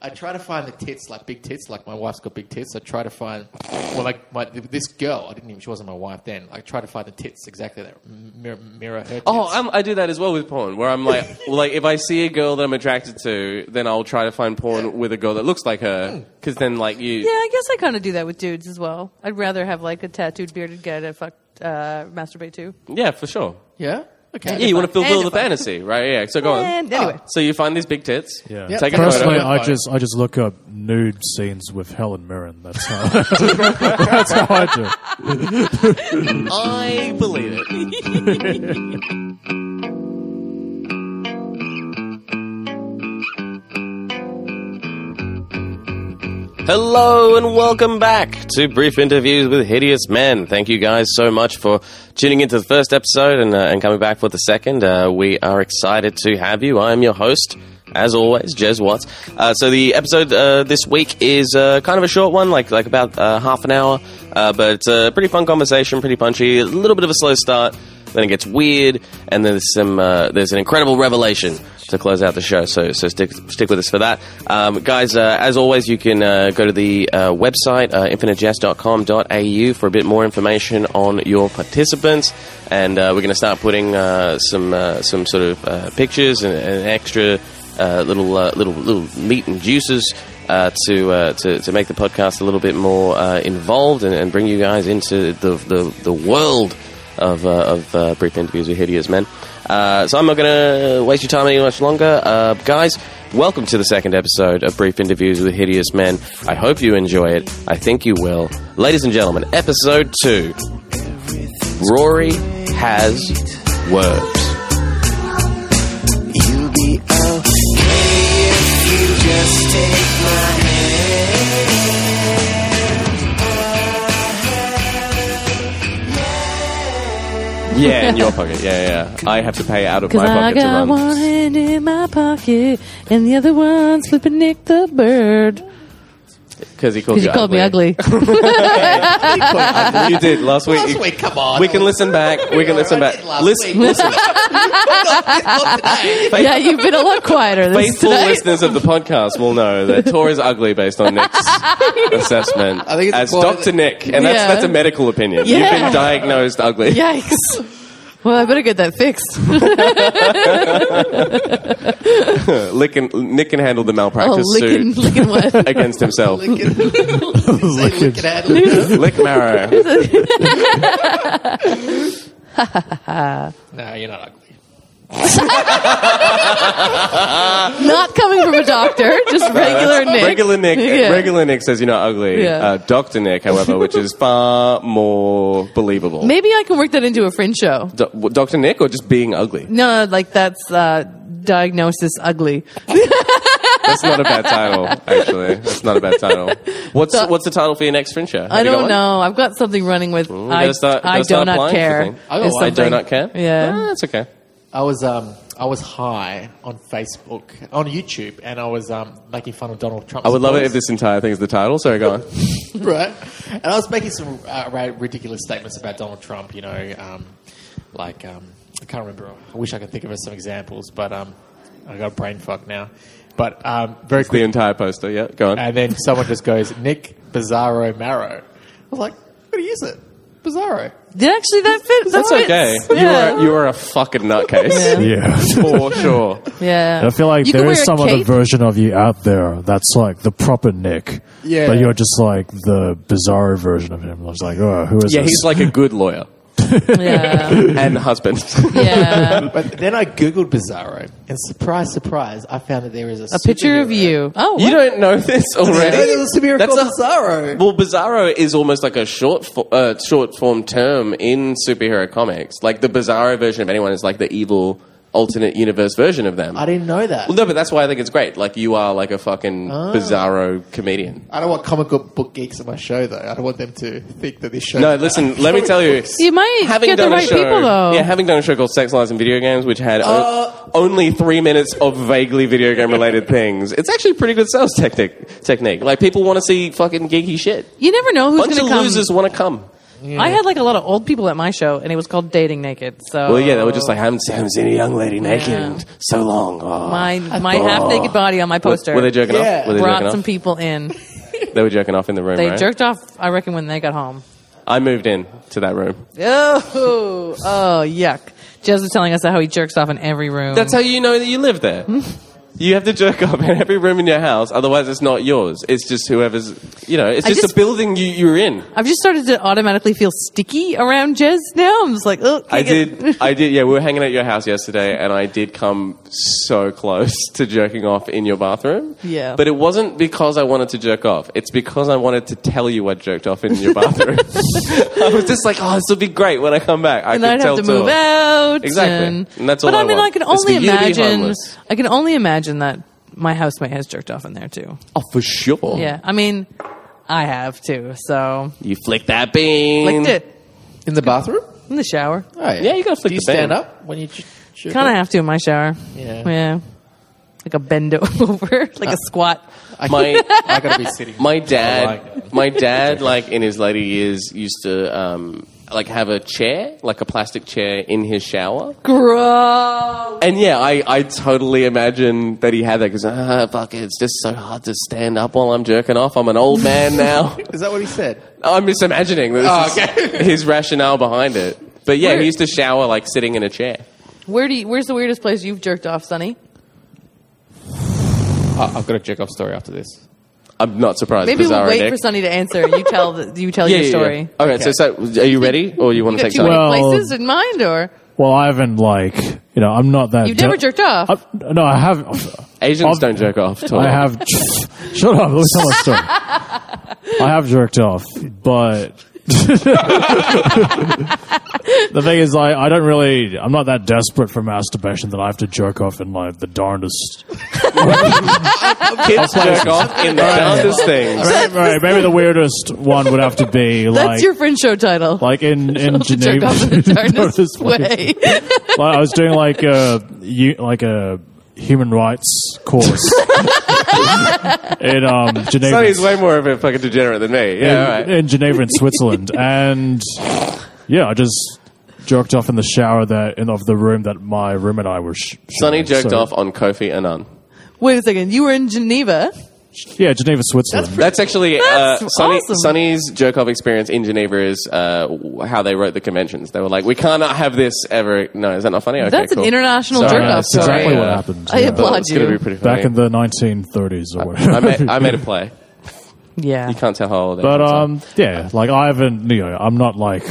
I try to find the tits, like big tits, like my wife's got big tits. I try to find, well, like my this girl. I didn't even. She wasn't my wife then. I try to find the tits exactly that mirror, mirror her. Tits. Oh, I'm, I do that as well with porn, where I'm like, like if I see a girl that I'm attracted to, then I'll try to find porn with a girl that looks like her, because then like you, Hmm. Yeah, I guess I kind of do that with dudes as well. I'd rather have like a tattooed bearded guy to fuck, uh, masturbate to. yeah, for sure. yeah. Okay. Oh, Yeah, you want to fulfill And the if I- fantasy, right? Yeah. So go on. Oh, And anyway, So you find these big tits. Yeah. Yep. Take a Personally, photo. photo. I just I just look up nude scenes with Helen Mirren. That's how that's how I do. it. I believe it. Hello and welcome back to Brief Interviews with Hideous Men. Thank you guys so much for tuning into the first episode and, uh, and coming back for the second. Uh, we are excited to have you. I am your host, as always, Jez Watts. Uh, so the episode uh, this week is uh, kind of a short one, like like about uh, half an hour, uh, but it's a pretty fun conversation, pretty punchy, a little bit of a slow start. Then it gets weird, and then there's some uh, there's an incredible revelation to close out the show. So so stick stick with us for that, um, guys. Uh, as always, you can uh, go to the uh, website uh, infinitejazz.com.au for a bit more information on your participants, and uh, we're going to start putting uh, some uh, some sort of uh, pictures and, and extra uh, little uh, little little meat and juices uh, to, uh, to to make the podcast a little bit more uh, involved and, and bring you guys into the the, the world of uh, of uh, brief interviews with hideous men. Uh, so I'm not going to waste your time any much longer, uh, guys. Welcome to the second episode of Brief Interviews with Hideous Men. I hope you enjoy it. I think you will, ladies and gentlemen. Episode two. Rory has words. You'll be okay if you just take my hand. Yeah, in your pocket. Yeah, yeah. I have to pay out of my because I pocket to got run. one hand in my pocket and the other one's flipping Nick the bird. Because he called Because you called me ugly. you did last week. Last You- week, come on. We can listen back. We can listen I did back. last Listen, week. listen. yeah, you've been a lot quieter this Faithful today. listeners of the podcast will know that Tor is ugly based on Nick's assessment I think it's as important Doctor Nick, and that's Yeah. that's a medical opinion. You've Yeah. been diagnosed ugly. Yikes. Well, I better get that fixed. Lick and, Nick can handle the Oh, malpractice licking, suit licking what? against himself. Look at- say, look at Adelaide. Lick marrow. No, you're not ugly. Not coming from a doctor, just regular Nick. Regular Nick, Yeah. regular Nick says you're not ugly. Yeah. Uh, Doctor Nick, however, which is far more believable. Maybe I can work that into a fringe show. Doctor Nick, or just being ugly. No, no, like that's uh, diagnosis ugly. That's not a bad title, actually. That's not a bad title. What's So- what's the title for your next fringe show? Have I you got don't one? know. I've got something running with Ooh, I, gotta start- I gotta do start not applying for care. things. Oh, is I do I do something. not care. Yeah. Ah, that's okay. I was um I was high on Facebook on YouTube and I was um making fun of Donald Trump. I would love it if this entire thing is the title. Sorry, go on. right? And I was making some uh, ra- ridiculous statements about Donald Trump. You know, um, like um, I can't remember. I wish I could think of some examples, but um, I got a brain fuck now. But um, very the quick, entire poster. Yeah, go on. and then someone just goes Nick Bizarro Marrow. I was like, what is it? Bizarro. Did actually that fit? that that's fits. okay. Yeah. You are you are a fucking nutcase Yeah. for sure. yeah. I feel like You can there wear is a some other cape. version of you out there that's like the proper Nick. Yeah. But you're just like the bizarro version of him. I was like, oh, who is Yeah, this? he's like a good lawyer Yeah. and husband. yeah. But then I googled Bizarro, and surprise, surprise, I found that there is a, A picture of superhero. you. Oh, you what? don't know this already. There is a superhero That's called a- Bizarro. Well, Bizarro is almost like a short fo- uh, short form term in superhero comics. Like the Bizarro version of anyone is like the evil alternate universe version of them. I didn't know that. well, no, but that's why I think it's great. Like you are like a fucking Bizarro comedian. I don't want comic book geeks on my show, though. I don't want them to think that this show. No, listen. Let me tell you. You might get the right a show, people though. yeah, having done a show called Sex Lies and Video Games, which had o- only three minutes of vaguely video game related things, it's actually a pretty good sales technique. Technique, like people want to see fucking geeky shit. you never know who's Bunch going of to come. losers want to come. I had like a lot of old people at my show, and it was called Dating Naked. So Well, yeah, they were just like, haven't, seen- haven't seen a young lady naked Yeah. in so long. Oh. my my half naked body on my poster. Were they jerking Yeah. off? Were they jerking brought off? some people in. they were jerking off in the room, They right? jerked off. I reckon when they got home. I moved in to that room. Oh, oh, yuck! Jez was telling us how he jerks off in every room. That's how you know that you live there. Hmm? you have to jerk off in every room in your house, otherwise it's not yours. It's just whoever's, you know, it's I just, just- a building you, you're in. I've just started to automatically feel sticky around Jez now. I'm just like, oh, I can't get- did, I did, yeah, we were hanging at your house yesterday and I did come so close to jerking off in your bathroom. Yeah. But it wasn't because I wanted to jerk off. It's because I wanted to tell you I jerked off in your bathroom. I was just like, oh, this will be great when I come back. I and could I'd tell have to too. move out. Exactly. and- And that's but all I I mean, want. I can It's only for you to be imagine. homeless. I can only imagine that my housemate has jerked off in there too. Oh, for sure. Yeah, I mean, I have too. So You flick that bean. licked it In the bathroom? in the shower. Oh, yeah. Yeah, you gotta flick Do you the band. stand up when you ch- jerk Kind of off? have to in my shower. Yeah. yeah, like a bend over, Uh. like a squat. I, My- I gotta be sitting. I My like dad, my dad, like in his later years, used to um, like have a chair, like a plastic chair, in his shower. Gross. And yeah, I, I totally imagine that he had that because ah, fuck, it, it's just so hard to stand up while I'm jerking off. I'm an old man now. Is that what he said? I'm just imagining that this Oh, is his rationale behind it. But yeah, Weird. he used to shower like sitting in a chair. Where do you, where's the weirdest place you've jerked off, Sonny? I- I've got a jerk off story after this. I'm not surprised. Maybe we'll Bizarro wait Dick. for Sonny to answer. You tell the, you tell yeah, your yeah, story. yeah. Okay, so, so are you ready, or you want to You got take two something? Well- places in mind, or Well, I haven't like you know I'm not that. you've never jerked off? I, no, I have. Asians Ob- don't jerk off. At all. I have. shut up. Let me tell my story. I have jerked off, but. the thing is, I, I don't really. I'm not that desperate for masturbation that I have to jerk off in like the darndest. kids jerk off in the darndest things. Right, right, maybe the weirdest one would have to be That's like your friend show title. like in in To jerk Geneva. off in the Darndest darndest way. Like, I was doing like a u- like a human rights course in um, Geneva. So he's way more of a fucking degenerate than me. in, Yeah, all right. in Geneva in Switzerland, and yeah, I just jerked off in the shower there in of the room that my room and I were. Sh- Sonny sharing, jerked so- off on Kofi Annan. Wait a second. You were in Geneva. Yeah, Geneva, Switzerland. That's actually uh, That's Sonny, awesome. Sonny's jerk off experience in Geneva is uh, w- how they wrote the conventions. They were like, we cannot have this ever. No, is that not funny? Okay, That's an cool. international Sorry. jerk Yeah, off that's story. exactly what Yeah. happened. I yeah. applaud It's going to you. be pretty funny. Back in the 1930s or whatever. I made, I made a play. Yeah. You can't tell how old I am, But so. um, yeah, like I haven't, you know, I'm not like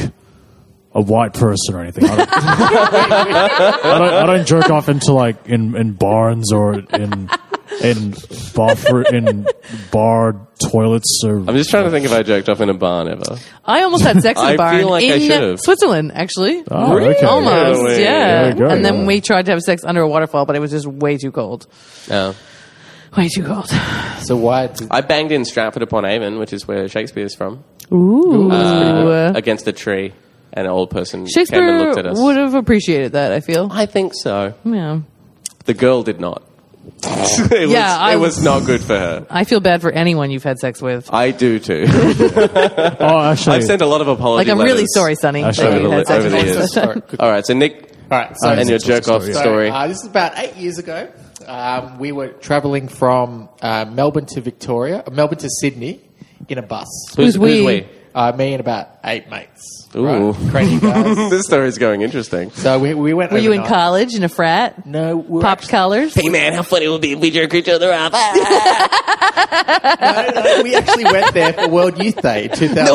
a white person or anything. I don't, I don't, I don't jerk off into like in, in barns or in in bathroom in bar toilets or. I'm just trying to think if I jerked off in a barn ever. I almost had sex in I a barn feel like I in should've. Switzerland, actually. Oh, Really? okay. Almost, Really? yeah. There you go, and then yeah. we tried to have sex under a waterfall, but it was just way too cold. No. Way too cold. So why? Did, I banged in Stratford upon Avon, which is where Shakespeare's from, Ooh. uh, against a tree. And an old person came and Shakespeare looked at us. would have appreciated that, I feel. I think so. Yeah. The girl did not. it Yeah, was, I it was- was not good for her. I feel bad for anyone you've had sex with. I do too. oh, actually, I've sent a lot of apology Like, I'm really letters. sorry, Sonny. I that showed you it had over sex the with years. us. Sorry, good- All right, so Nick all right. So and your jerk off story. story. Uh, this is about eight years ago. Um, we were traveling from uh, Melbourne to Victoria, uh, Melbourne to Sydney, in a bus. Who's we? Uh, me and about eight mates. Ooh. Crazy guys. this story's going interesting. so we, we went. Were you in overnight. college in a frat? No, we were Popped collars? Hey man, how funny it would be if we jerk each other off. actually- no, no, we actually went there for World Youth Day in 2000. No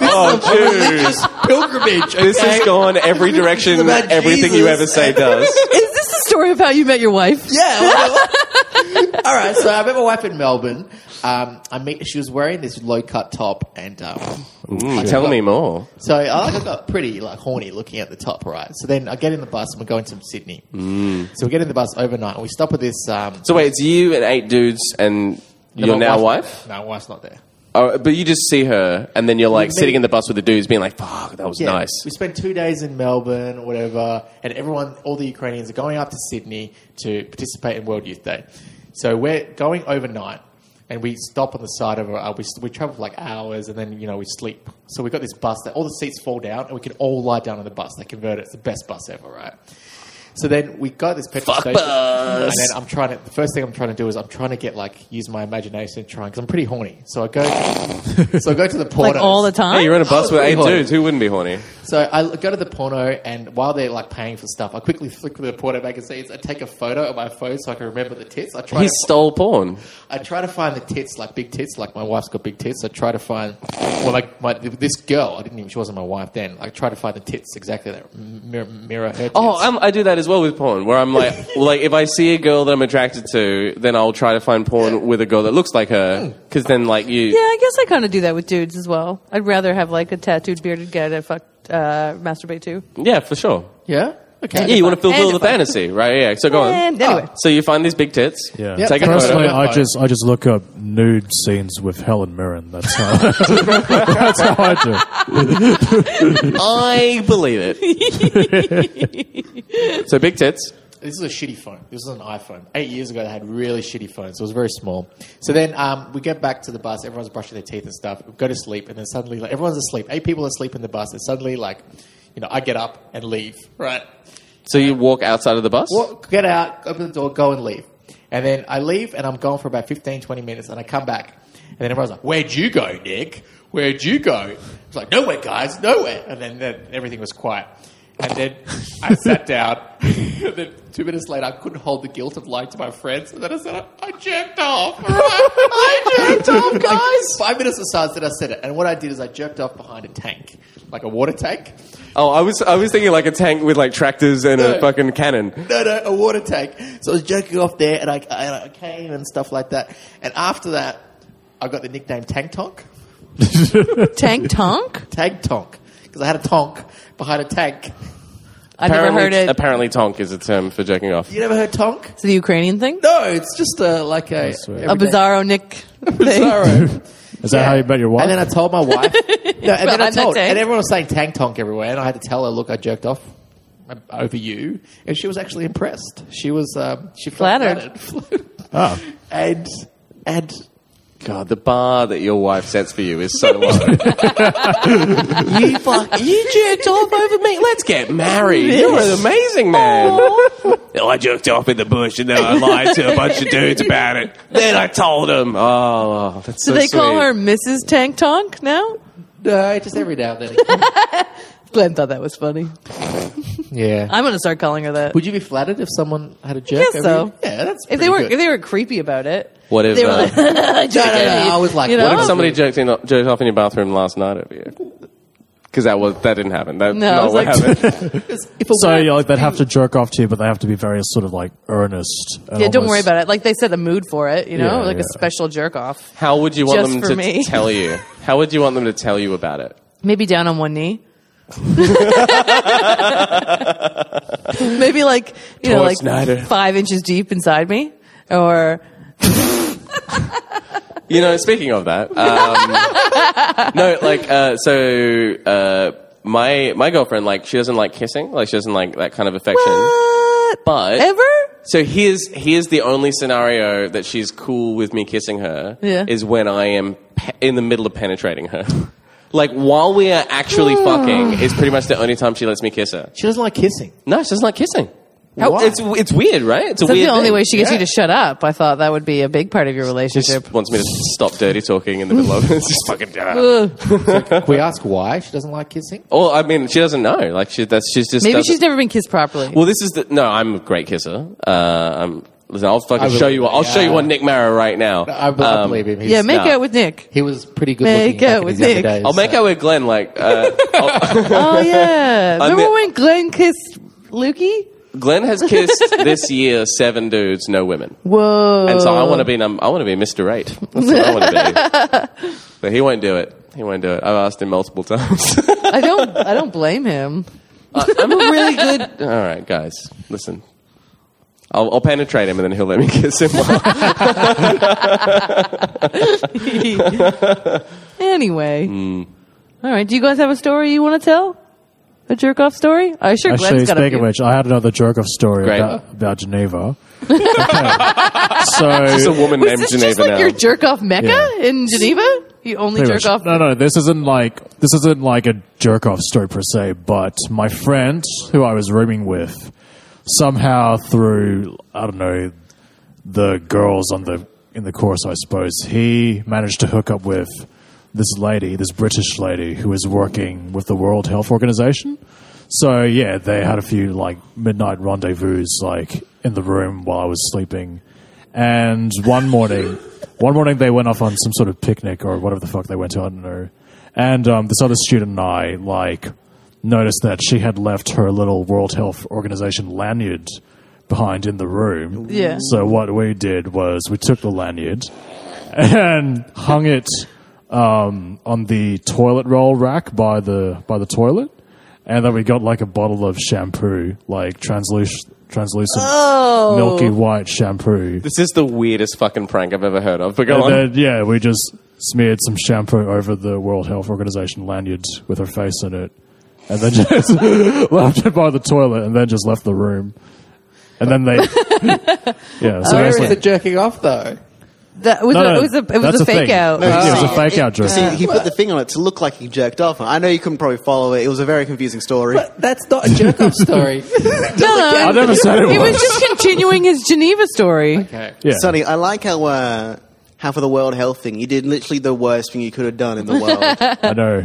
oh, dude. Pilgrimage. This has gone every This direction is about everything you Jesus. ever say does. Is this the story of how you met your wife? Yeah. well- All right. So I met my wife in Melbourne. Um, I meet. She was wearing this low cut top, and um, Mm, Tell me more. so I, like, I got pretty like horny looking at the top, right? So then I get in the bus and we're going to Sydney. Mm. So we get in the bus overnight and we stop at this. Um, So wait, it's you and eight dudes and your my now wife? No, my wife's not there. Oh, but you just see her and then you're like meet- sitting in the bus with the dudes being like, fuck, that was Yeah. nice. We spent two days in Melbourne or whatever, and everyone, all the Ukrainians are going up to Sydney to participate in World Youth Day. So we're going overnight. and we stop on the side of a, uh, we, we travel for like hours and then you know we sleep so we got this bus that all the seats fall down and we can all lie down on the bus they convert it it's the best bus ever right so then we go to this petrol Fuck station bus. and then i'm trying to the first thing i'm trying to do is i'm trying to get like use my imagination trying because i'm pretty horny so i go so i go to the porters Like all the time. Hey, you're on a bus with Pretty eight horny. dudes. Who wouldn't be horny? so I go to the porno, and while they're like paying for stuff, I quickly flick through the porno magazines. I take a photo of my phone so I can remember the tits. I try. He to, stole porn. I try to find the tits, like big tits, like my wife's got big tits. I try to find, well, like my this girl. I didn't even. She wasn't my wife then. I try to find the tits exactly that mirror, mirror her. Tits. Oh, I'm, I do that as well with porn, where I'm like, like if I see a girl that I'm attracted to, then I'll try to find porn with a girl that looks like her, because then like you, Hmm. Yeah, I guess I kind of do that with dudes as well. I'd rather have like a tattooed bearded guy to fuck, uh, masturbate to. yeah, for sure. yeah. Okay. Yeah, you want to fulfill And the if I- fantasy, right? Yeah. So go on. And anyway, So you find these big tits. Yeah. Yep. Take a Personally, photo. photo. I just I just look up nude scenes with Helen Mirren. That's how that's how I do. it. I believe it. so big tits. This is a shitty phone. This is an iPhone. Eight years ago, they had really shitty phones. It was very small. So then um, we get back to the bus. Everyone's brushing their teeth and stuff. We go to sleep, and then suddenly, like, everyone's asleep. Eight people are asleep in the bus, and suddenly, like, you know, I get up and leave. Right. So you walk outside of the bus. Walk, get out, open the door, go and leave. And then I leave, and I'm gone for about 15, 20 minutes, and I come back. And then everyone's like, Where'd you go, Nick? Where'd you go? It's like, Nowhere, guys, nowhere. And then, then everything was quiet. And then I sat down. and then two minutes later, I couldn't hold the guilt of lying to my friends. And then I said, I jerked off. I jerked off, guys. Five minutes or so I said I said it. And what I did is I jerked off behind a tank, like a water tank. Oh, I was I was thinking like a tank with like tractors and a No. fucking cannon. no, no, a water tank. So I was jerking off there, and I, and I came and stuff like that. And after that, I got the nickname Tank Tonk. Oh. tank tonk? Tank Tonk. Because I had a tonk behind a tank. I've never heard it. Apparently, tonk is a term for jerking off. You never heard tonk? It's the Ukrainian thing? No, it's just uh, like a, sweet. a everyday- bizarro Nick thing. Bizarro. Is that how you met your wife? And then I told my wife. no, and then I Behind the told, tank. and everyone was saying tank tonk everywhere, and I had to tell her, look, I jerked off uh, over you, and she was actually impressed. She was, um, she felt Flattered. flattered. oh, and and God, the bar that your wife sets for you is so low. you fuck, you jerked off over me. Let's get married. You're an amazing man. Oh, I jerked off in the bush and then I lied to a bunch of dudes about it. Then I told them. Oh, that's so Do they call sweet. her Mrs. Tank Tonk now? no, just every now and then. Glenn thought that was funny. yeah, I'm going to start calling her that. Would you be flattered if someone had a jerk? over guess so. you? Yeah, that's if they were pretty if good. they were creepy about it. What if, they were uh, like, "Oh." no, no, no, I was like, you what know? if Somebody jerked, in, jerked off in your bathroom last night over you. Because that was that didn't happen. That, No, I no, was what like- happened? If a so woman- yeah, like they'd have to jerk off to you, but they have to be very sort of like earnest. and Yeah, don't almost- worry about it. Like they set a mood for it, you know, Yeah, like yeah. a special jerk off. How would you want Just them for to me. tell you? How would you want them to tell you about it? Maybe down on one knee. Maybe like you know, Troy like Snyder. five inches deep inside me, or You know, speaking of that, um, no, like, uh, so uh, my my girlfriend, like, she doesn't like kissing, like, she doesn't like that kind of affection. what? But uh, ever? so here's here's the only scenario that she's cool with me kissing her Yeah. is when I am pe- in the middle of penetrating her. Like while we are actually fucking is pretty much the only time she lets me kiss her. she doesn't like kissing. No, she doesn't like kissing. Why? It's it's weird, right? It's a That's weird. the only thing. way she gets Yeah. you to shut up. I thought that would be a big part of your She relationship. just wants me to stop dirty talking in the middle of it. It's just fucking. Ugh. Can we ask why she doesn't like kissing? Well, I mean, she doesn't know. Like she, that's she's just. Maybe doesn't- she's never been kissed properly. Well, this is the no. I'm a great kisser. Uh, I'm. Listen, I'll fucking I show you. What, I'll show you yeah. what Nick Mara right now. I, be- I Um, believe him. He's, yeah, make no. out with Nick. he was pretty good Make looking. back out in with his younger Nick. days, I'll make so- out with Glenn. Like uh, I'll- Oh yeah, remember mean- when Glenn kissed Lukey? Glenn has kissed this year seven dudes, no women, Whoa! and so I want to be. Num- I want to be Mister Eight. That's what I want to be. But he won't do it. He won't do it. I've asked him multiple times. I don't. I don't blame him. I- I'm a really good. All right, guys, listen. I'll, I'll penetrate him and then he'll let me kiss him. Anyway, Hmm. all right. Do you guys have a story you want to tell? A jerk off story? I sure Actually, Glenn's got a speaking few. of which, I had another jerk off story Great. about, about Geneva. It's a so woman Was named this Geneva just like now. your jerk off mecca Yeah. in Geneva? You only pretty jerk much- off. No, no, this isn't like this isn't like a jerk off story per se. But my friend who I was rooming with somehow through I don't know the girls on the in the course, I suppose he managed to hook up with this lady, this British lady who was working with the World Health Organization. So yeah, they had a few like midnight rendezvous like in the room while I was sleeping. And one morning, one morning they went off on some sort of picnic or whatever the fuck they went to, I don't know. And um, this other student and I like noticed that she had left her little World Health Organization lanyard behind in the room. Yeah. So what we did was we took the lanyard and hung it um, on the toilet roll rack by the by the toilet, and then we got like a bottle of shampoo, like translucent, translucent, Oh. milky white shampoo. This is the weirdest fucking prank I've ever heard of. But go And on. then, yeah, we just smeared some shampoo over the World Health Organization lanyard with her face in it, and then just left it by the toilet, and then just left the room. And then they, yeah. Oh, So Where it's is like- the jerking off though? That was no, a, no, it was a, it that's was a fake thing. out. Yeah, it was see, a fake it- out joke. See, he put the thing on it to look like he jerked off. I know you couldn't probably follow it. It was a very confusing story. But that's not a jerk off story. I never said it He was was. just continuing his Geneva story. okay. Yeah. Sonny, I like how uh, how for the world health thing, you did literally the worst thing you could have done in the world. You're I know.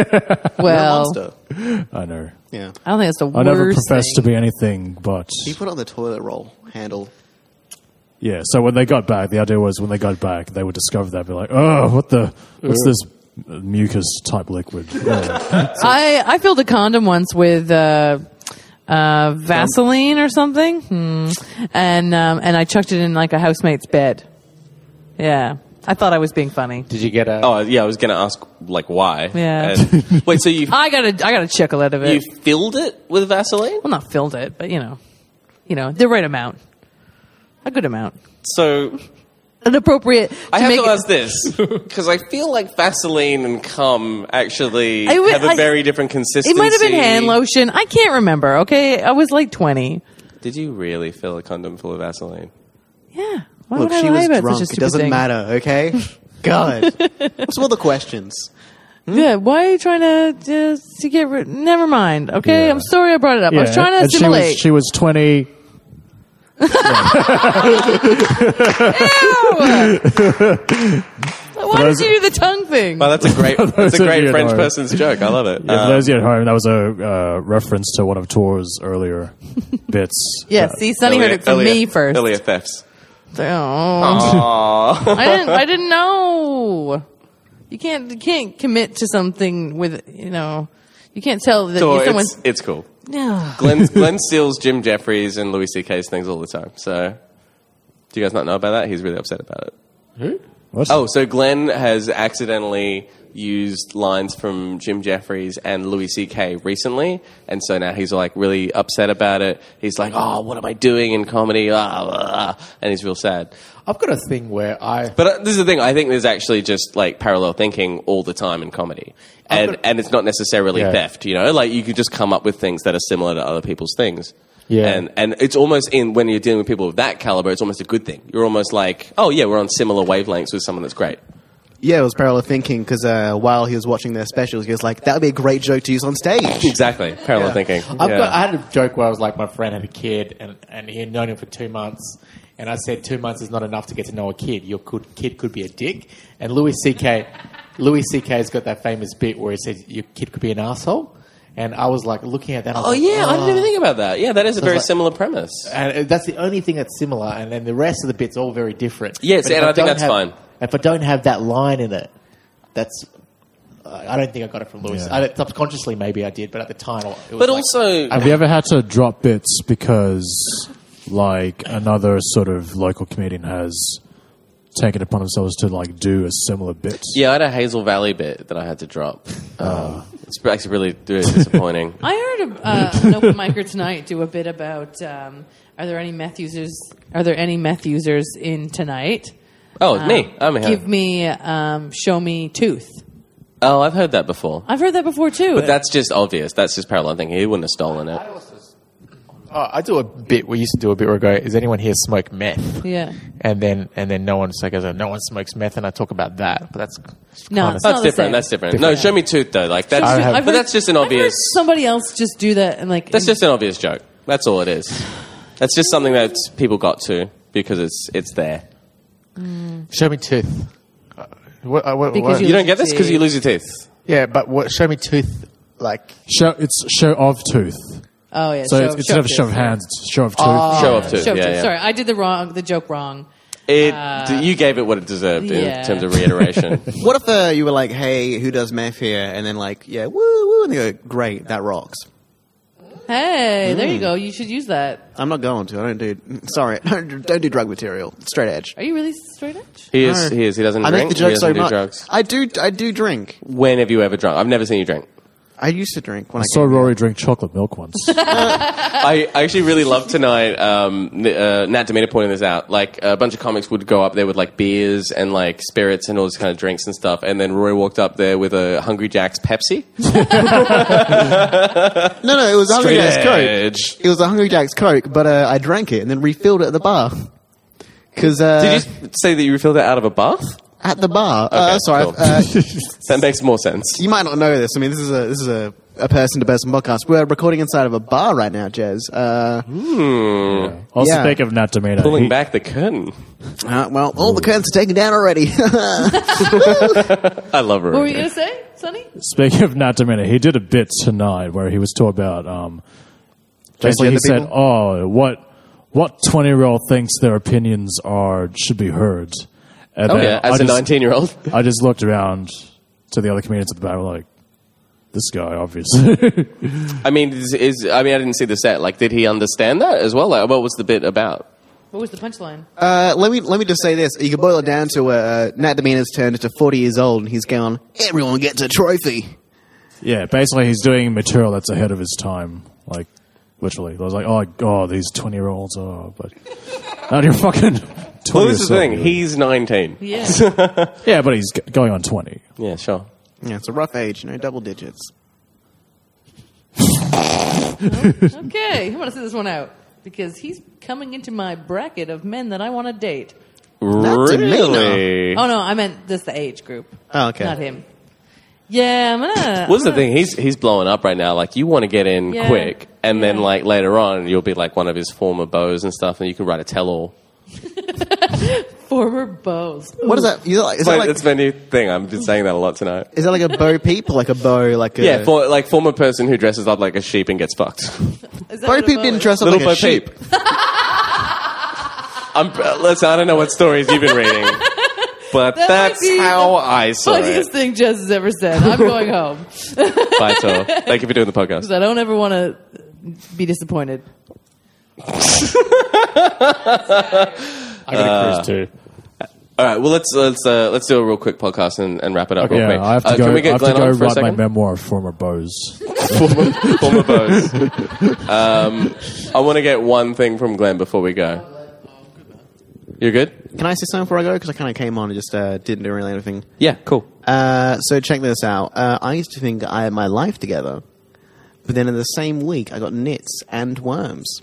a Well, monster. I know. Yeah. I don't think that's the I worst never professed thing. to be anything, but You put it on the toilet roll handle. yeah. So when they got back, the idea was when they got back, they would discover that, be like, oh, what the, what's this mucus type liquid? Yeah. I, I filled a condom once with uh, uh, Vaseline or something, hmm. and um, and I chucked it in like a housemate's bed. Yeah, I thought I was being funny. Did you get a? Oh yeah, I was gonna ask like why. Yeah. And- wait, so you I got a I got a chuckle out of you it. filled it with Vaseline? well, not filled it, but you know, you know the right amount, a good amount, So an appropriate. I have make to it- ask this because I feel like Vaseline and cum actually I would- have a I- very different consistency. It might have been hand lotion. I can't remember. Okay, I was like twenty. Did you really fill a condom full of Vaseline? Yeah. Why Look, would I she lie was about drunk. such a It stupid doesn't thing? matter, okay? God. What's all the questions? Hmm? Yeah, why are you trying to just to get rid? Never mind. Okay, Yeah. I'm sorry I brought it up. I was trying to and she was, assimilate. she was 20. why did those- you do the tongue thing? Wow, that's a great that's a Those are great good French ones. person's joke. I love it. Yeah, Um, for those of you at home, that was a uh, reference to one of Tor's earlier bits. yeah, see, Sonny heard earlier- it from earlier- me first. Earlier thefts. Oh, I didn't. I didn't know. You can't. You can't commit to something with you know. You can't tell that So you someone's. it's, it's cool. Yeah. Glenn, Glenn steals Jim Jeffries and Louis C.K.'s things all the time. So, do you guys not know about that? He's really upset about it. What? Oh, so Glenn has accidentally used lines from Jim Jeffries and Louis C.K. recently, and so now he's like really upset about it. He's like, "Oh, what am I doing in comedy?" Ah, ah, ah," and he's real sad. I've got a thing where I. But uh, this is the thing. I think there's actually just like parallel thinking all the time in comedy, and and it's not necessarily Yeah. theft. You know, like you could just come up with things that are similar to other people's things. Yeah. and and it's almost in when you're dealing with people of that caliber, it's almost a good thing. You're almost like, oh yeah, we're on similar wavelengths with someone that's great. Yeah, it was parallel thinking because uh, while he was watching their specials, he was like, that would be a great joke to use on stage. Exactly, parallel thinking. I've Yeah. got, I had a joke where I was like, my friend had a kid, and, and he had known him for two months, and I said, two months is not enough to get to know a kid. Your could, kid could be a dick. And Louis C.K. Louis C.K.'s got that famous bit where he says, your kid could be an asshole. And I was like looking at that. I was oh like, yeah, I didn't even think about that. Yeah, that is a very Ah. like- similar premise. and uh, that's the only thing that's similar, and then the rest of the bit's all very different. Yes, But if and I think don't that's have- fine. If I don't have that line in it, that's I I don't think I got it from Lewis. Yeah. I don't- subconsciously, maybe I did, but at the time, it was But like- also, Have you ever had to drop bits because, like, another sort of local comedian has taken upon themselves to, like, do a similar bit? yeah, I had a Hazel Valley bit that I had to drop. Ah. Um, it's actually really, really disappointing. I heard a, uh, an open micer tonight do a bit about um, are there any meth users? Are there any meth users in tonight? Oh, it's me. I'm here. Ah. Give me, um, show me tooth. Oh, I've heard that before. I've heard that before too. But that's just obvious. That's just parallel thinking. He wouldn't have stolen it. Oh, I do a bit. We used to do a bit where I go, "Is anyone here smoke meth?" Yeah. And then and then no one so I goes, "No one smokes meth," and I talk about that. But that's No, kinda- it's That's not the different. same. That's different. No, show me tooth though. Like that's, I have- but that's just an I've heard obvious. somebody else just do that and like. That's just an obvious joke. That's all it is. That's just something that people got to because it's it's there. show me tooth. Uh, What, uh, what, Because what? you- You don't get this because you lose your teeth. yeah, but what, show me tooth. Like Show, it's show of tooth. oh yeah. So show it's, of- instead of this. show of hands, it's show of tooth. Oh, Show off tooth. Show of yeah, tooth. yeah. Sorry, I did the wrong the joke wrong. It, you gave it what it deserved yeah. in terms of reiteration. What if uh, you were like, hey, who does meth here? And then like, yeah, woo, woo. And they go, great, that rocks. Hey, there you Mm. go. You should use that. I'm not going to. I don't do, sorry, don't, don't do drug material. Straight edge. Are you really straight edge? he is. He is. He doesn't I drink. make the he joke doesn't so do much. drugs. I do, I do drink. When have you ever drunk? I've never seen you drink. I used to drink when I, I saw came here. Rory drink chocolate milk once. I I actually really love tonight. Um, uh, Nat Demeter pointing this out. Like a bunch of comics would go up there with like beers and like spirits and all this kind of drinks and stuff, and then Roy walked up there with a Hungry Jack's Pepsi. No, no, it was a Hungry Straight Jack's Coke. edge. It was a Hungry Jack's Coke, but uh, I drank it and then refilled it at the bar. Because uh, Did you say that you refilled that out of a bath? at the bar, uh, Okay, sorry, cool. uh, That makes more sense. you might not know this. I mean, this is a this is a, a person to person podcast. We're recording inside of a bar right now, Jez. Uh, also, Yeah. think of Nat Tomato. Pulling He- back the curtain. uh, well, all the curtains are taken down already. I love Rory. What were you gonna say, Sonny? Speaking of Nat Domino, he did a bit tonight where he was talking about um, basically he Transgender said, people? "Oh, what what twenty year old thinks their opinions are should be heard." And Oh, then yeah, I as a just- 19 year old. I just looked around to the other comedians at the back, like this guy obviously. I mean, is, is I mean, I didn't see the set. Like, did he understand that as well? Like, what was the bit about? What was the punchline? uh, let me let me just say this. You can boil it down to uh, Nat Demeanor's turned to forty years old, and he's gone. Everyone gets a trophy. yeah, basically he's doing material that's ahead of his time, like literally. I was like, "Oh god, these twenty year olds are," but now you're fucking. 20 Well, this is the yourself, thing. dude. He's 19. Yeah. yeah, but he's g- going on twenty. Yeah, sure. Yeah, it's a rough age, you know, double digits. okay, I'm gonna sit this one out because he's coming into my bracket of men that I want to date. to me, no. Really? Oh no, I meant just the age group, Oh, okay. not him. Yeah, I'm gonna. What's the I'm gonna- thing? He's he's blowing up right now. Like, you want to get in Yeah. quick, and then Yeah. like later on, you'll be like one of his former bows and stuff, and you can write a tell-all. Former bows. What is that? Is that like, is It's like, that like, that's my new thing. I've been saying that a lot tonight. is that like a bow peep? Like a bow? Like a Yeah, for like former person who dresses up like a sheep and gets fucked. Is that bow what a peep bow didn't is? dress up Little like a Bo sheep. Peep. I'm, uh, listen, I don't know what stories you've been reading, but That might that's be how the I saw it. Funniest thing Jez has ever said. I'm going home because Bye, Tor. Thank you for doing the podcast. I don't ever want to be disappointed. I got a cruise too. All right, well let's let's uh, let's do a real quick podcast and, and wrap it up. real quick. Yeah, I have to uh, go. Can we get I have Glenn to go on for a write my second? memoir of former bows. former, former bows. Um, I want to get one thing from Glenn before we go. You're good? Can I say something before I go? Because I kind of came on and just uh, didn't do really anything. Yeah, cool. Uh, so check this out. Uh, I used to think I had my life together, but then in the same week I got nits and worms.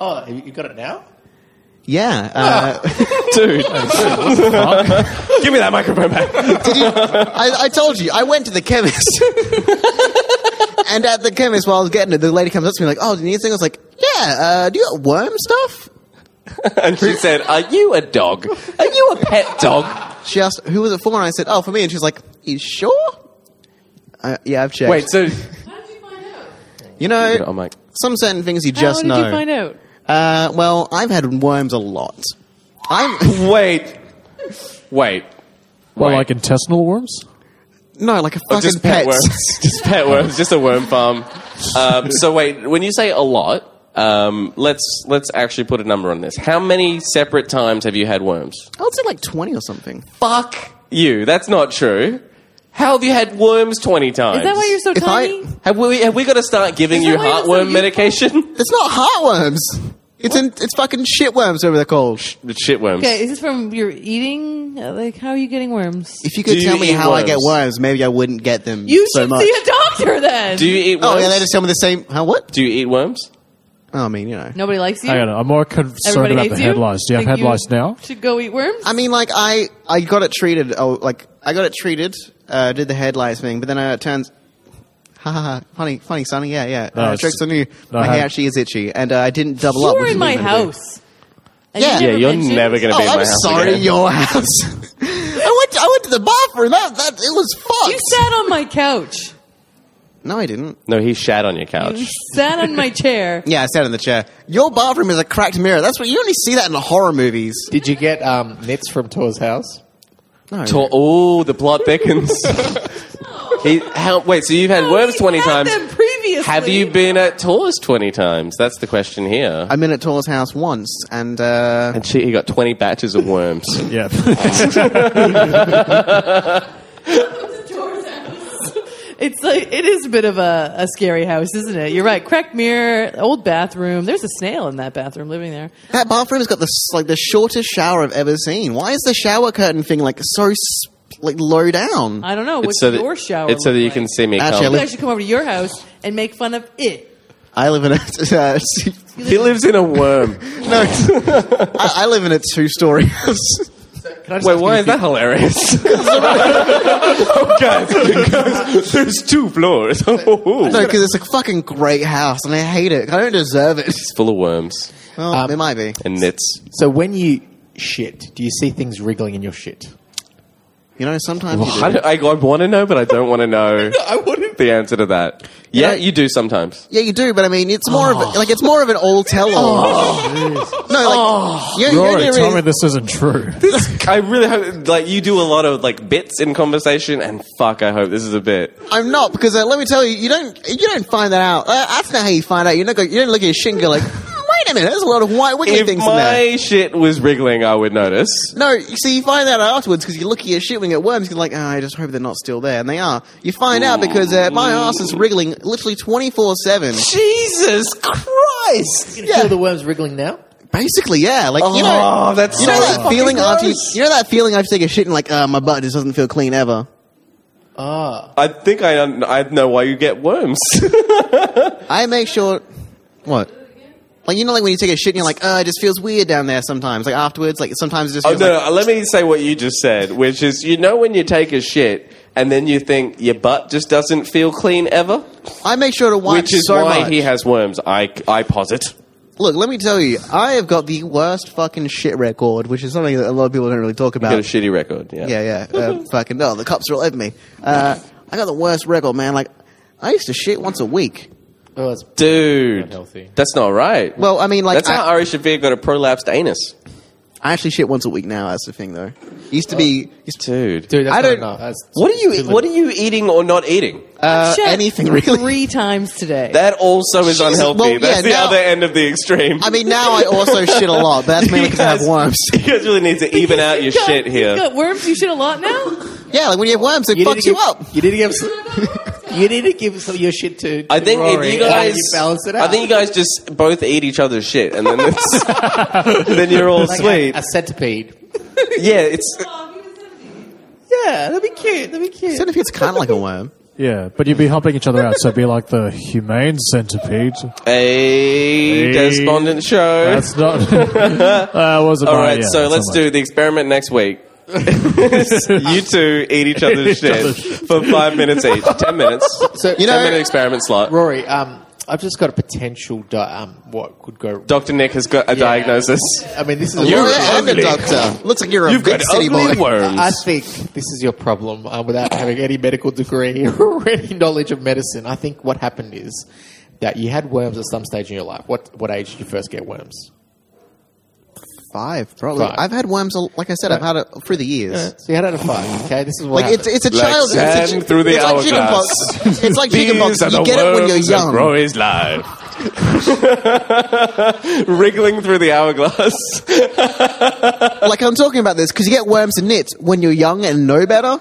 Oh, you you got it now? Ah. Yeah. Uh, Dude, give me that microphone back. did you, I, I told you. I went to the chemist. and at the chemist, while I was getting it, the lady comes up to me like, "Oh, do you need anything?" I was like, "Yeah. Uh, do you got worm stuff?" And she said, "Are you a dog? Are you a pet dog?" She asked, "Who was it for?" And I said, "Oh, for me." And she's like, "You sure?" Uh, yeah, I've checked. Wait, so How did you find out? you know, I'm like, some certain things you How just did know. you find out? Uh, well, I've had worms a lot. I'm wait, wait. Well, Wait. like intestinal worms. no like a Oh, fucking just pet pet. worms. just pet worms. Just a worm farm. Um, so wait, when you say a lot, um, let's let's actually put a number on this. How many separate times have you had worms? I would say like twenty or something. Fuck you. That's not true. How have you had worms twenty times? Is that why you're so If I- tiny? Have we have we got to start giving Is that you why you're so heartworm youthful? medication? It's not heartworms. It's in, it's fucking shitworms, whatever they're called. the shit worms. Okay, is this from your eating? Uh, Like, how are you getting worms? If you could Do you tell me eat how I get worms? worms, maybe I wouldn't get them You so should much. see a doctor then. Do you eat worms? oh yeah, they just tell me the same. How what? Do you eat worms? Oh, I mean, you know. Nobody likes you. Hang on, I'm more concerned Everybody about hates the you. head lice. Do you have Think head lice now? Should go eat worms. I mean, like I, I got it treated. Oh, like I got it treated. Uh, did the head lice thing, but then uh, it turns. Ha ha ha! Funny, funny, Sonny. Yeah, yeah. No, uh, it's- tricks on you. no, my I hair had- actually is itchy, and uh, I didn't double you up. were which in is my what I'm gonna do. house. And Yeah. you Yeah, you're mentioned- never going to be in my Oh, I'm house. sorry, again. your house. I went. To, I went to the bathroom. That, that it was fucked. You sat on my couch. no, I didn't. No, he shat on your You couch. sat on my chair. Yeah, I sat in the chair. Your bathroom is a cracked mirror. That's what you only see that in the horror movies. Did you get um, nits from Tor's house? No. Tor- oh, the plot thickens. he, how, wait, so you've had Oh, worms we 20 had times. them previously. Have you been at tours 20 times? That's the question here. I've been at Tor's house once, and uh, and she, he got 20 batches of worms. Yeah. It's like it is a bit of a, a scary house, isn't it? You're right. Cracked mirror, old bathroom. There's a snail in that bathroom living there. that bathroom's got the s- like the shortest shower I've ever seen. Why is the shower curtain thing like so s- like low down? I don't know. What's it's so that, your shower? it's so that look you like? can see me Actually, I come. You guys should come over to your house and make fun of it. I live in a uh, He lives in a worm. no, I, I live in a two-story house. Wait, why is that hilarious? oh, guys, guys, there's two floors. No, it's because it's a fucking great house, and I hate it. I don't deserve it. full of worms Well, Um, it might be. and nits. So when you shit, do you see things wriggling in your shit? You know, sometimes you do. I, don't- I, I want to know, but I don't want to know I wouldn't. the answer to that. Yeah, you do sometimes. Yeah, you do, but I mean, it's more Oh. of a, like it's more of an all tell all. no, like you, you only Oh, Rory, tell really- me this isn't true. I really hope, like, you do a lot of, like, bits in conversation, and fuck, I hope this is a bit. I'm not because uh, let me tell you, you don't you don't find that out. Uh, that's not how you find out. You're not go, you don't look at your shit and go like, "Hmm, wait a minute, there's a lot of white wiggly If things in there. my shit was wriggling, I would notice. No, you see, you find that out afterwards because you look at your shit when you get worms. You're like, oh, I just hope they're not still there, and they are. You find out because uh, my ass is wriggling literally 24 seven. Jesus Christ! Feel the worms wriggling now? Basically, yeah. Like you know, Oh, that's you so know that fucking feeling after you, gross. you know that feeling after you take a shit and like, uh, my butt just doesn't feel clean ever. I think I, un- I know why you get worms. I make sure. What? Like you know, like when you take a shit and you're like, uh, it just feels weird down there sometimes. Like afterwards, like sometimes it just Oh, feels no, like. no, let me say what you just said, which is you know when you take a shit and then you think your butt just doesn't feel clean ever, I make sure to watch which is so why much. he has worms. I I posit. Look, let me tell you, I have got the worst fucking shit record, which is something that a lot of people don't really talk Got a about. shitty record. Yeah. yeah, yeah, uh, fucking no, the cops are all over me. Uh, I got the worst record, man. Like I used to shit once a week. Oh, that's Dude, Unhealthy. that's not right. Well, I mean, like that's I, how Ari Shaffir got a prolapsed anus. I actually shit once a week now. That's the thing, though. Used to be used to, Dude, dude. That's I not don't- enough. That's what are you what are you eating or not eating? uh, Shit. anything really. Three times today. That also is Jesus, unhealthy. well, that's yeah, the now- other end of the extreme. I mean, now I also shit a lot, but that's mainly because I have Because- worms. you guys really need to even out your You've got- shit here. You've got worms. You shit a lot now. Yeah, like when you have worms, it You need fucks to give, you up. You need to give. Some, you need to give some of your shit to. to I think Rory if you and guys, you balance it out. I think you guys just both eat each other's shit, and then it's, then you're all Like sweet. a, a centipede. yeah, it's Yeah, that'd be cute. That'd be cute. Centipede's kind of like a worm. yeah, but you'd be helping each other out, so it'd be like the humane centipede. a despondent show. That's not. that wasn't all my- right, yeah, so that's let's not my- do the experiment next week. you two eat each other's Each shit other's for five minutes each, ten minutes. So You know- ten minute experiment slot. Rory, um, I've just got a potential. Di- um, what could go? Doctor Nick has got a diagnosis. I mean, this is. You're Well, yeah, and ugly. a doctor. Looks like you're a You've big got city ugly boy. worms. I think this is your problem uh, without having any medical degree or any knowledge of medicine. I think what happened is that you had worms at some stage in your life. What what age did you first get worms? Five, probably. Five. i I've had worms, a- like I said, I've had it through the Uh, years. So you had it at five. Okay, this is what Like it's happened. it's a Like child. it's a, sand chi- through the it's like hourglass. chicken pox. It's like chicken pox. You get it when you're young. Rory's life. Wriggling through the hourglass. Like I'm talking about this because you get worms and nits when you're young and know better.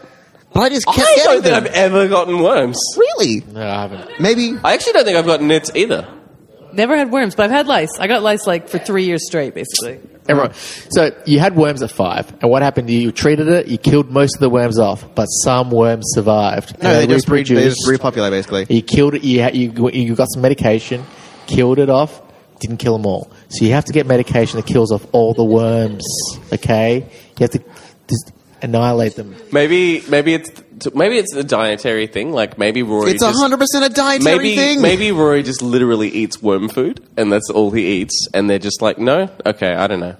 But I just kept I getting don't think them. I've ever gotten worms. Really? no, I haven't. Maybe. I actually don't think I've gotten nits either. Never had worms, but I've had lice. I got lice like for three years straight, basically. Everyone. So you had worms at five, and what happened? You treated it. You killed most of the worms off, but some worms survived. No, And they just, re- they reproduced. just repopulate basically. You killed it. You, had, you you got some medication, killed it off. didn't kill them all. So you have to get medication that kills off all the worms. Okay, you have to just annihilate them. Maybe maybe it's maybe it's a dietary thing. Like maybe Rory. It's just- hundred percent a dietary Maybe thing. maybe Rory just literally eats worm food, and that's all he eats. And they're just like, no, okay, I don't know.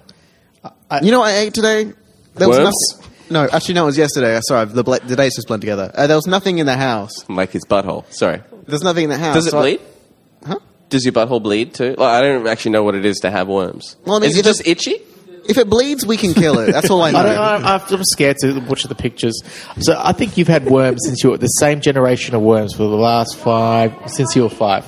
you know what I ate today? There Worms? nothing. No, actually, no. It was yesterday. Sorry, the, bl- the days just blend together. Uh, there was nothing in the house. Like his butthole. Sorry. There's nothing in the house. Does it so I- bleed? Ah, Huh? Does your butthole bleed too? Like, I don't actually know what it is to have worms. Well, I mean, is it if it- just itchy? If it bleeds, we can kill it. That's all I know. I don't, I, I'm scared to watch the pictures. So I think you've had worms since you were the same generation of worms for the last five since you were five.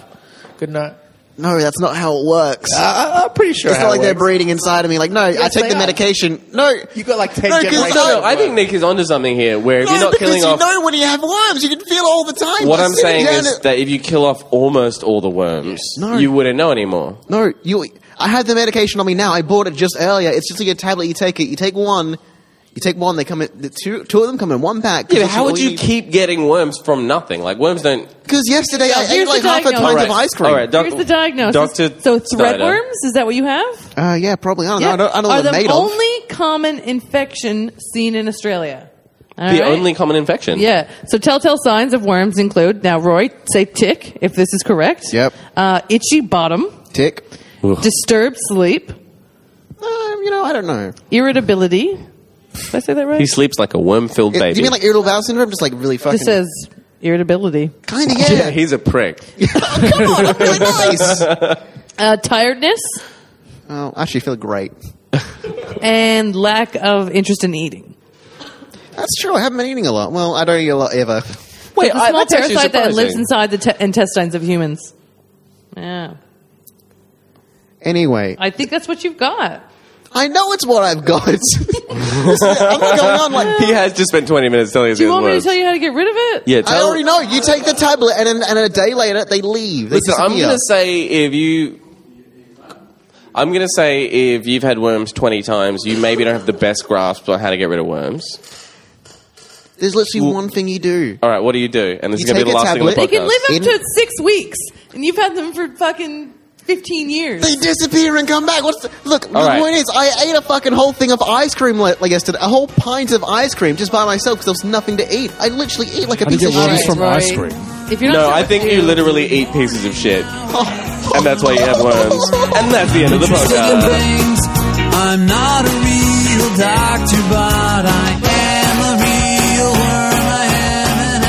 Good night. no, that's not how it works. I, I'm pretty sure. it's how not it like they're works. breeding inside of me. Like, no, I take they the are. medication. No, You got like ten No, 'cause generations. No, no. of I think worms. Nick is onto something here. Where if no, you're not because killing you off, know when you have worms, you can feel all the time. what You're I'm sitting saying down is and- that if you kill off almost all the worms, No. you wouldn't know anymore. no, you. I have the medication on me now. I bought it just earlier. It's just like a tablet. You take it. You take one. You take one. They come in. The two, two of them come in one pack. 'cause Yeah, but that's how all would you need. keep getting worms from nothing? Like worms don't. Because yesterday I ate here's like the half a diagnosis. pint Alright. of ice cream. Alright, doc- Here's the diagnosis. Dr. so Steiner. threadworms? Is that what you have? Uh, yeah, probably. I don't know. I don't, I don't know Are what they're the made of. only common infection seen in Australia? All The right? only common infection. Yeah. So telltale signs of worms include now, Roy, say tick if this is correct. Yep. Uh, itchy bottom, Tick. disturbed sleep, Um, you know, I don't know. irritability. Did I say that right? He sleeps like a worm-filled It- baby. do you mean like irritable bowel syndrome? Just like really fucking. This says irritability. kind of yeah, yeah. he's a prick. Come on, I'm really nice. Uh, tiredness oh, I actually feel great. and lack of interest in eating. That's true. I haven't been eating a lot. Well, I don't eat a lot ever. Wait, It's a I- small that's actually parasite that lives surprising. inside the te- intestines of humans. Yeah. Anyway, I think that's what you've got. I know it's what I've got. This is- I'm not going on like. He has just spent 20 minutes telling us Do you he has want me to worms. tell you how to get rid of it? Yeah, I tell already know. You take the tablet, and, then- and a day later they leave. They Listen, I'm disappear. going to say if you. I'm going to say if you've had worms 20 times, you maybe don't have the best grasp on how to get rid of worms. There's literally one thing you do. All right, what do you do? And this You is going to be take the a last thing tablet. on They the can podcast. live up In- to six weeks, and you've had them for fucking 15 years. They disappear and come back. What's the, look? the right. point is, I ate a fucking whole thing of ice cream like, like yesterday. A whole pint of ice cream just by myself because there was nothing to eat. I literally ate like a How do you piece of get worms shit. from ice cream? If you're not no, sure I what think to you do- literally eat pieces of shit. And that's why you have worms. And that's the end of the Interested in podcast. things. I'm not a real doctor, but I am a real worm. I am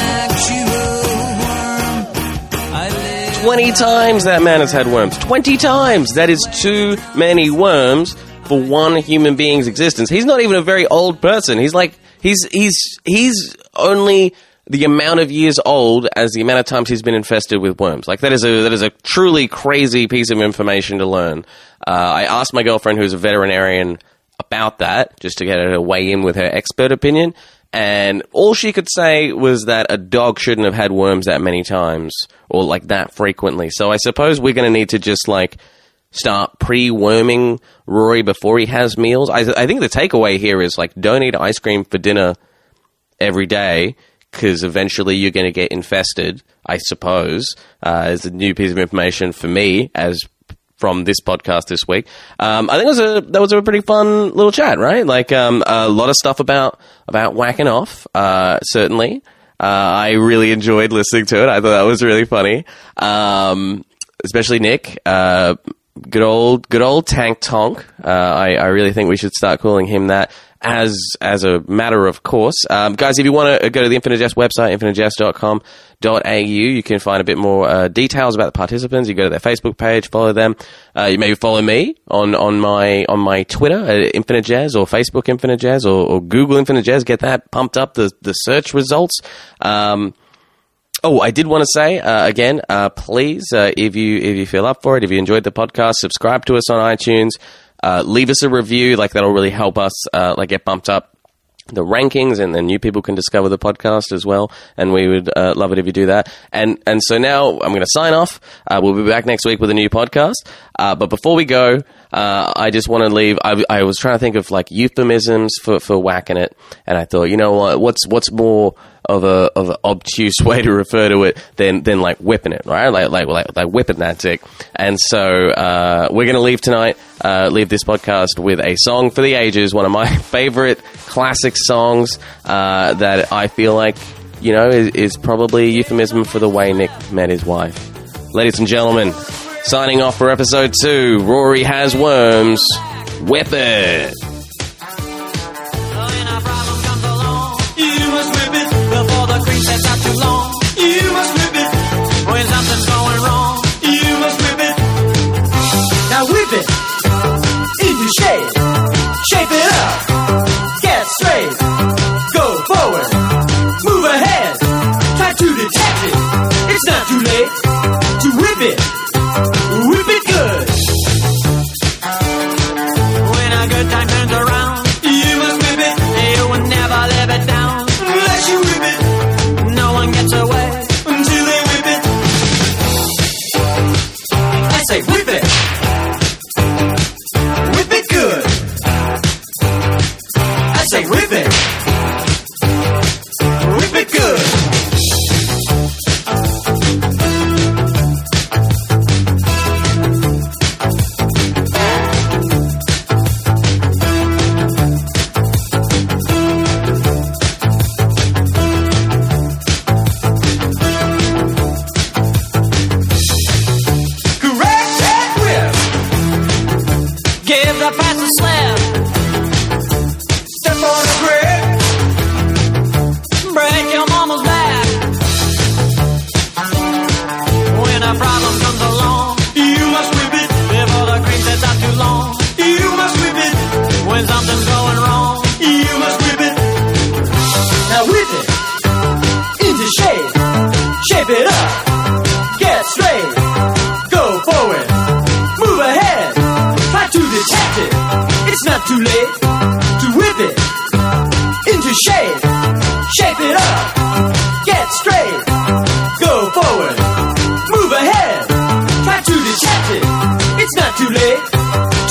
an actual worm. I live. 20 times that man has had worms. 20 times! That is too many worms for one human being's existence. He's not even a very old person. He's like, he's, he's, he's only the amount of years old as the amount of times he's been infested with worms. Like, that is a, that is a truly crazy piece of information to learn. Uh, I asked my girlfriend, who's a veterinarian, about that just to get her to weigh in with her expert opinion. And all she could say was that a dog shouldn't have had worms that many times or like that frequently. So I suppose we're going to need to just like start pre worming Rory before he has meals. I, I think the takeaway here is like don't eat ice cream for dinner every day because eventually you're going to get infested, I suppose, uh, is a new piece of information for me as from this podcast this week. Um, I think it was a, that was a pretty fun little chat, right? Like um, a lot of stuff about, about whacking off, uh, certainly. Uh, I really enjoyed listening to it. I thought that was really funny. Um, especially Nick. Uh, good old, good old Tank Tonk. Uh, I, I really think we should start calling him that as as a matter of course. Um, guys, if you want to go to the Infinite Jest website, infinitejest.com.au, you can find a bit more uh, details about the participants. You go to their Facebook page, follow them. Uh, you maybe follow me on on my on my Twitter at Infinite Jazz or Facebook Infinite Jazz or, or Google Infinite Jazz. Get that pumped up the the search results. Um, Oh, I did want to say uh, again, uh, please, uh, if you if you feel up for it, if you enjoyed the podcast, subscribe to us on iTunes, uh, leave us a review. Like that'll really help us uh, like get bumped up the rankings, and then new people can discover the podcast as well. And we would uh, love it if you do that. And and so now I'm going to sign off. Uh, we'll be back next week with a new podcast. Uh, but before we go, uh, I just want to leave. I, I was trying to think of like euphemisms for, for whacking it, and I thought, you know what? What's what's more of a of an obtuse way to refer to it than than like whipping it, right? Like like like, like whipping that dick. And so uh, we're gonna leave tonight. Uh, leave this podcast with a song for the ages, one of my favorite classic songs uh, that I feel like you know is, is probably a euphemism for the way Nick met his wife. Ladies and gentlemen, signing off for episode two. Rory has worms. Whip it. You must whip it before the cream sets out too long. You must whip it when something's going wrong. You must whip it. Now whip it. If you shake, shape it up. Get straight. Go forward. Move ahead. Try to detect it. It's not too late to whip it. Whip it good. When a good time turns around, you must whip it. You will never live it down unless you whip it. No one gets away until they whip it. I say whip it. Whip it good. I say whip it. Whip it good. Correct that whip. Give the pass a slap. Step on the brick. Break your mama's back. When a problem comes along, you must whip it. Before the cream sets out too long, you must whip it. When something's going wrong, you must whip it. Now whip it into shape. Shape it up. Get straight. Go forward. Move ahead. Try to detect it. It's not too late to whip it into shape. Shape it up. Get straight. Go forward. Move ahead. Try to detect it. It's not too late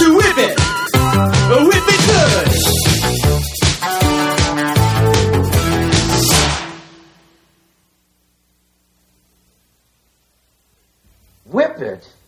to whip it. Whip it good. Whip it.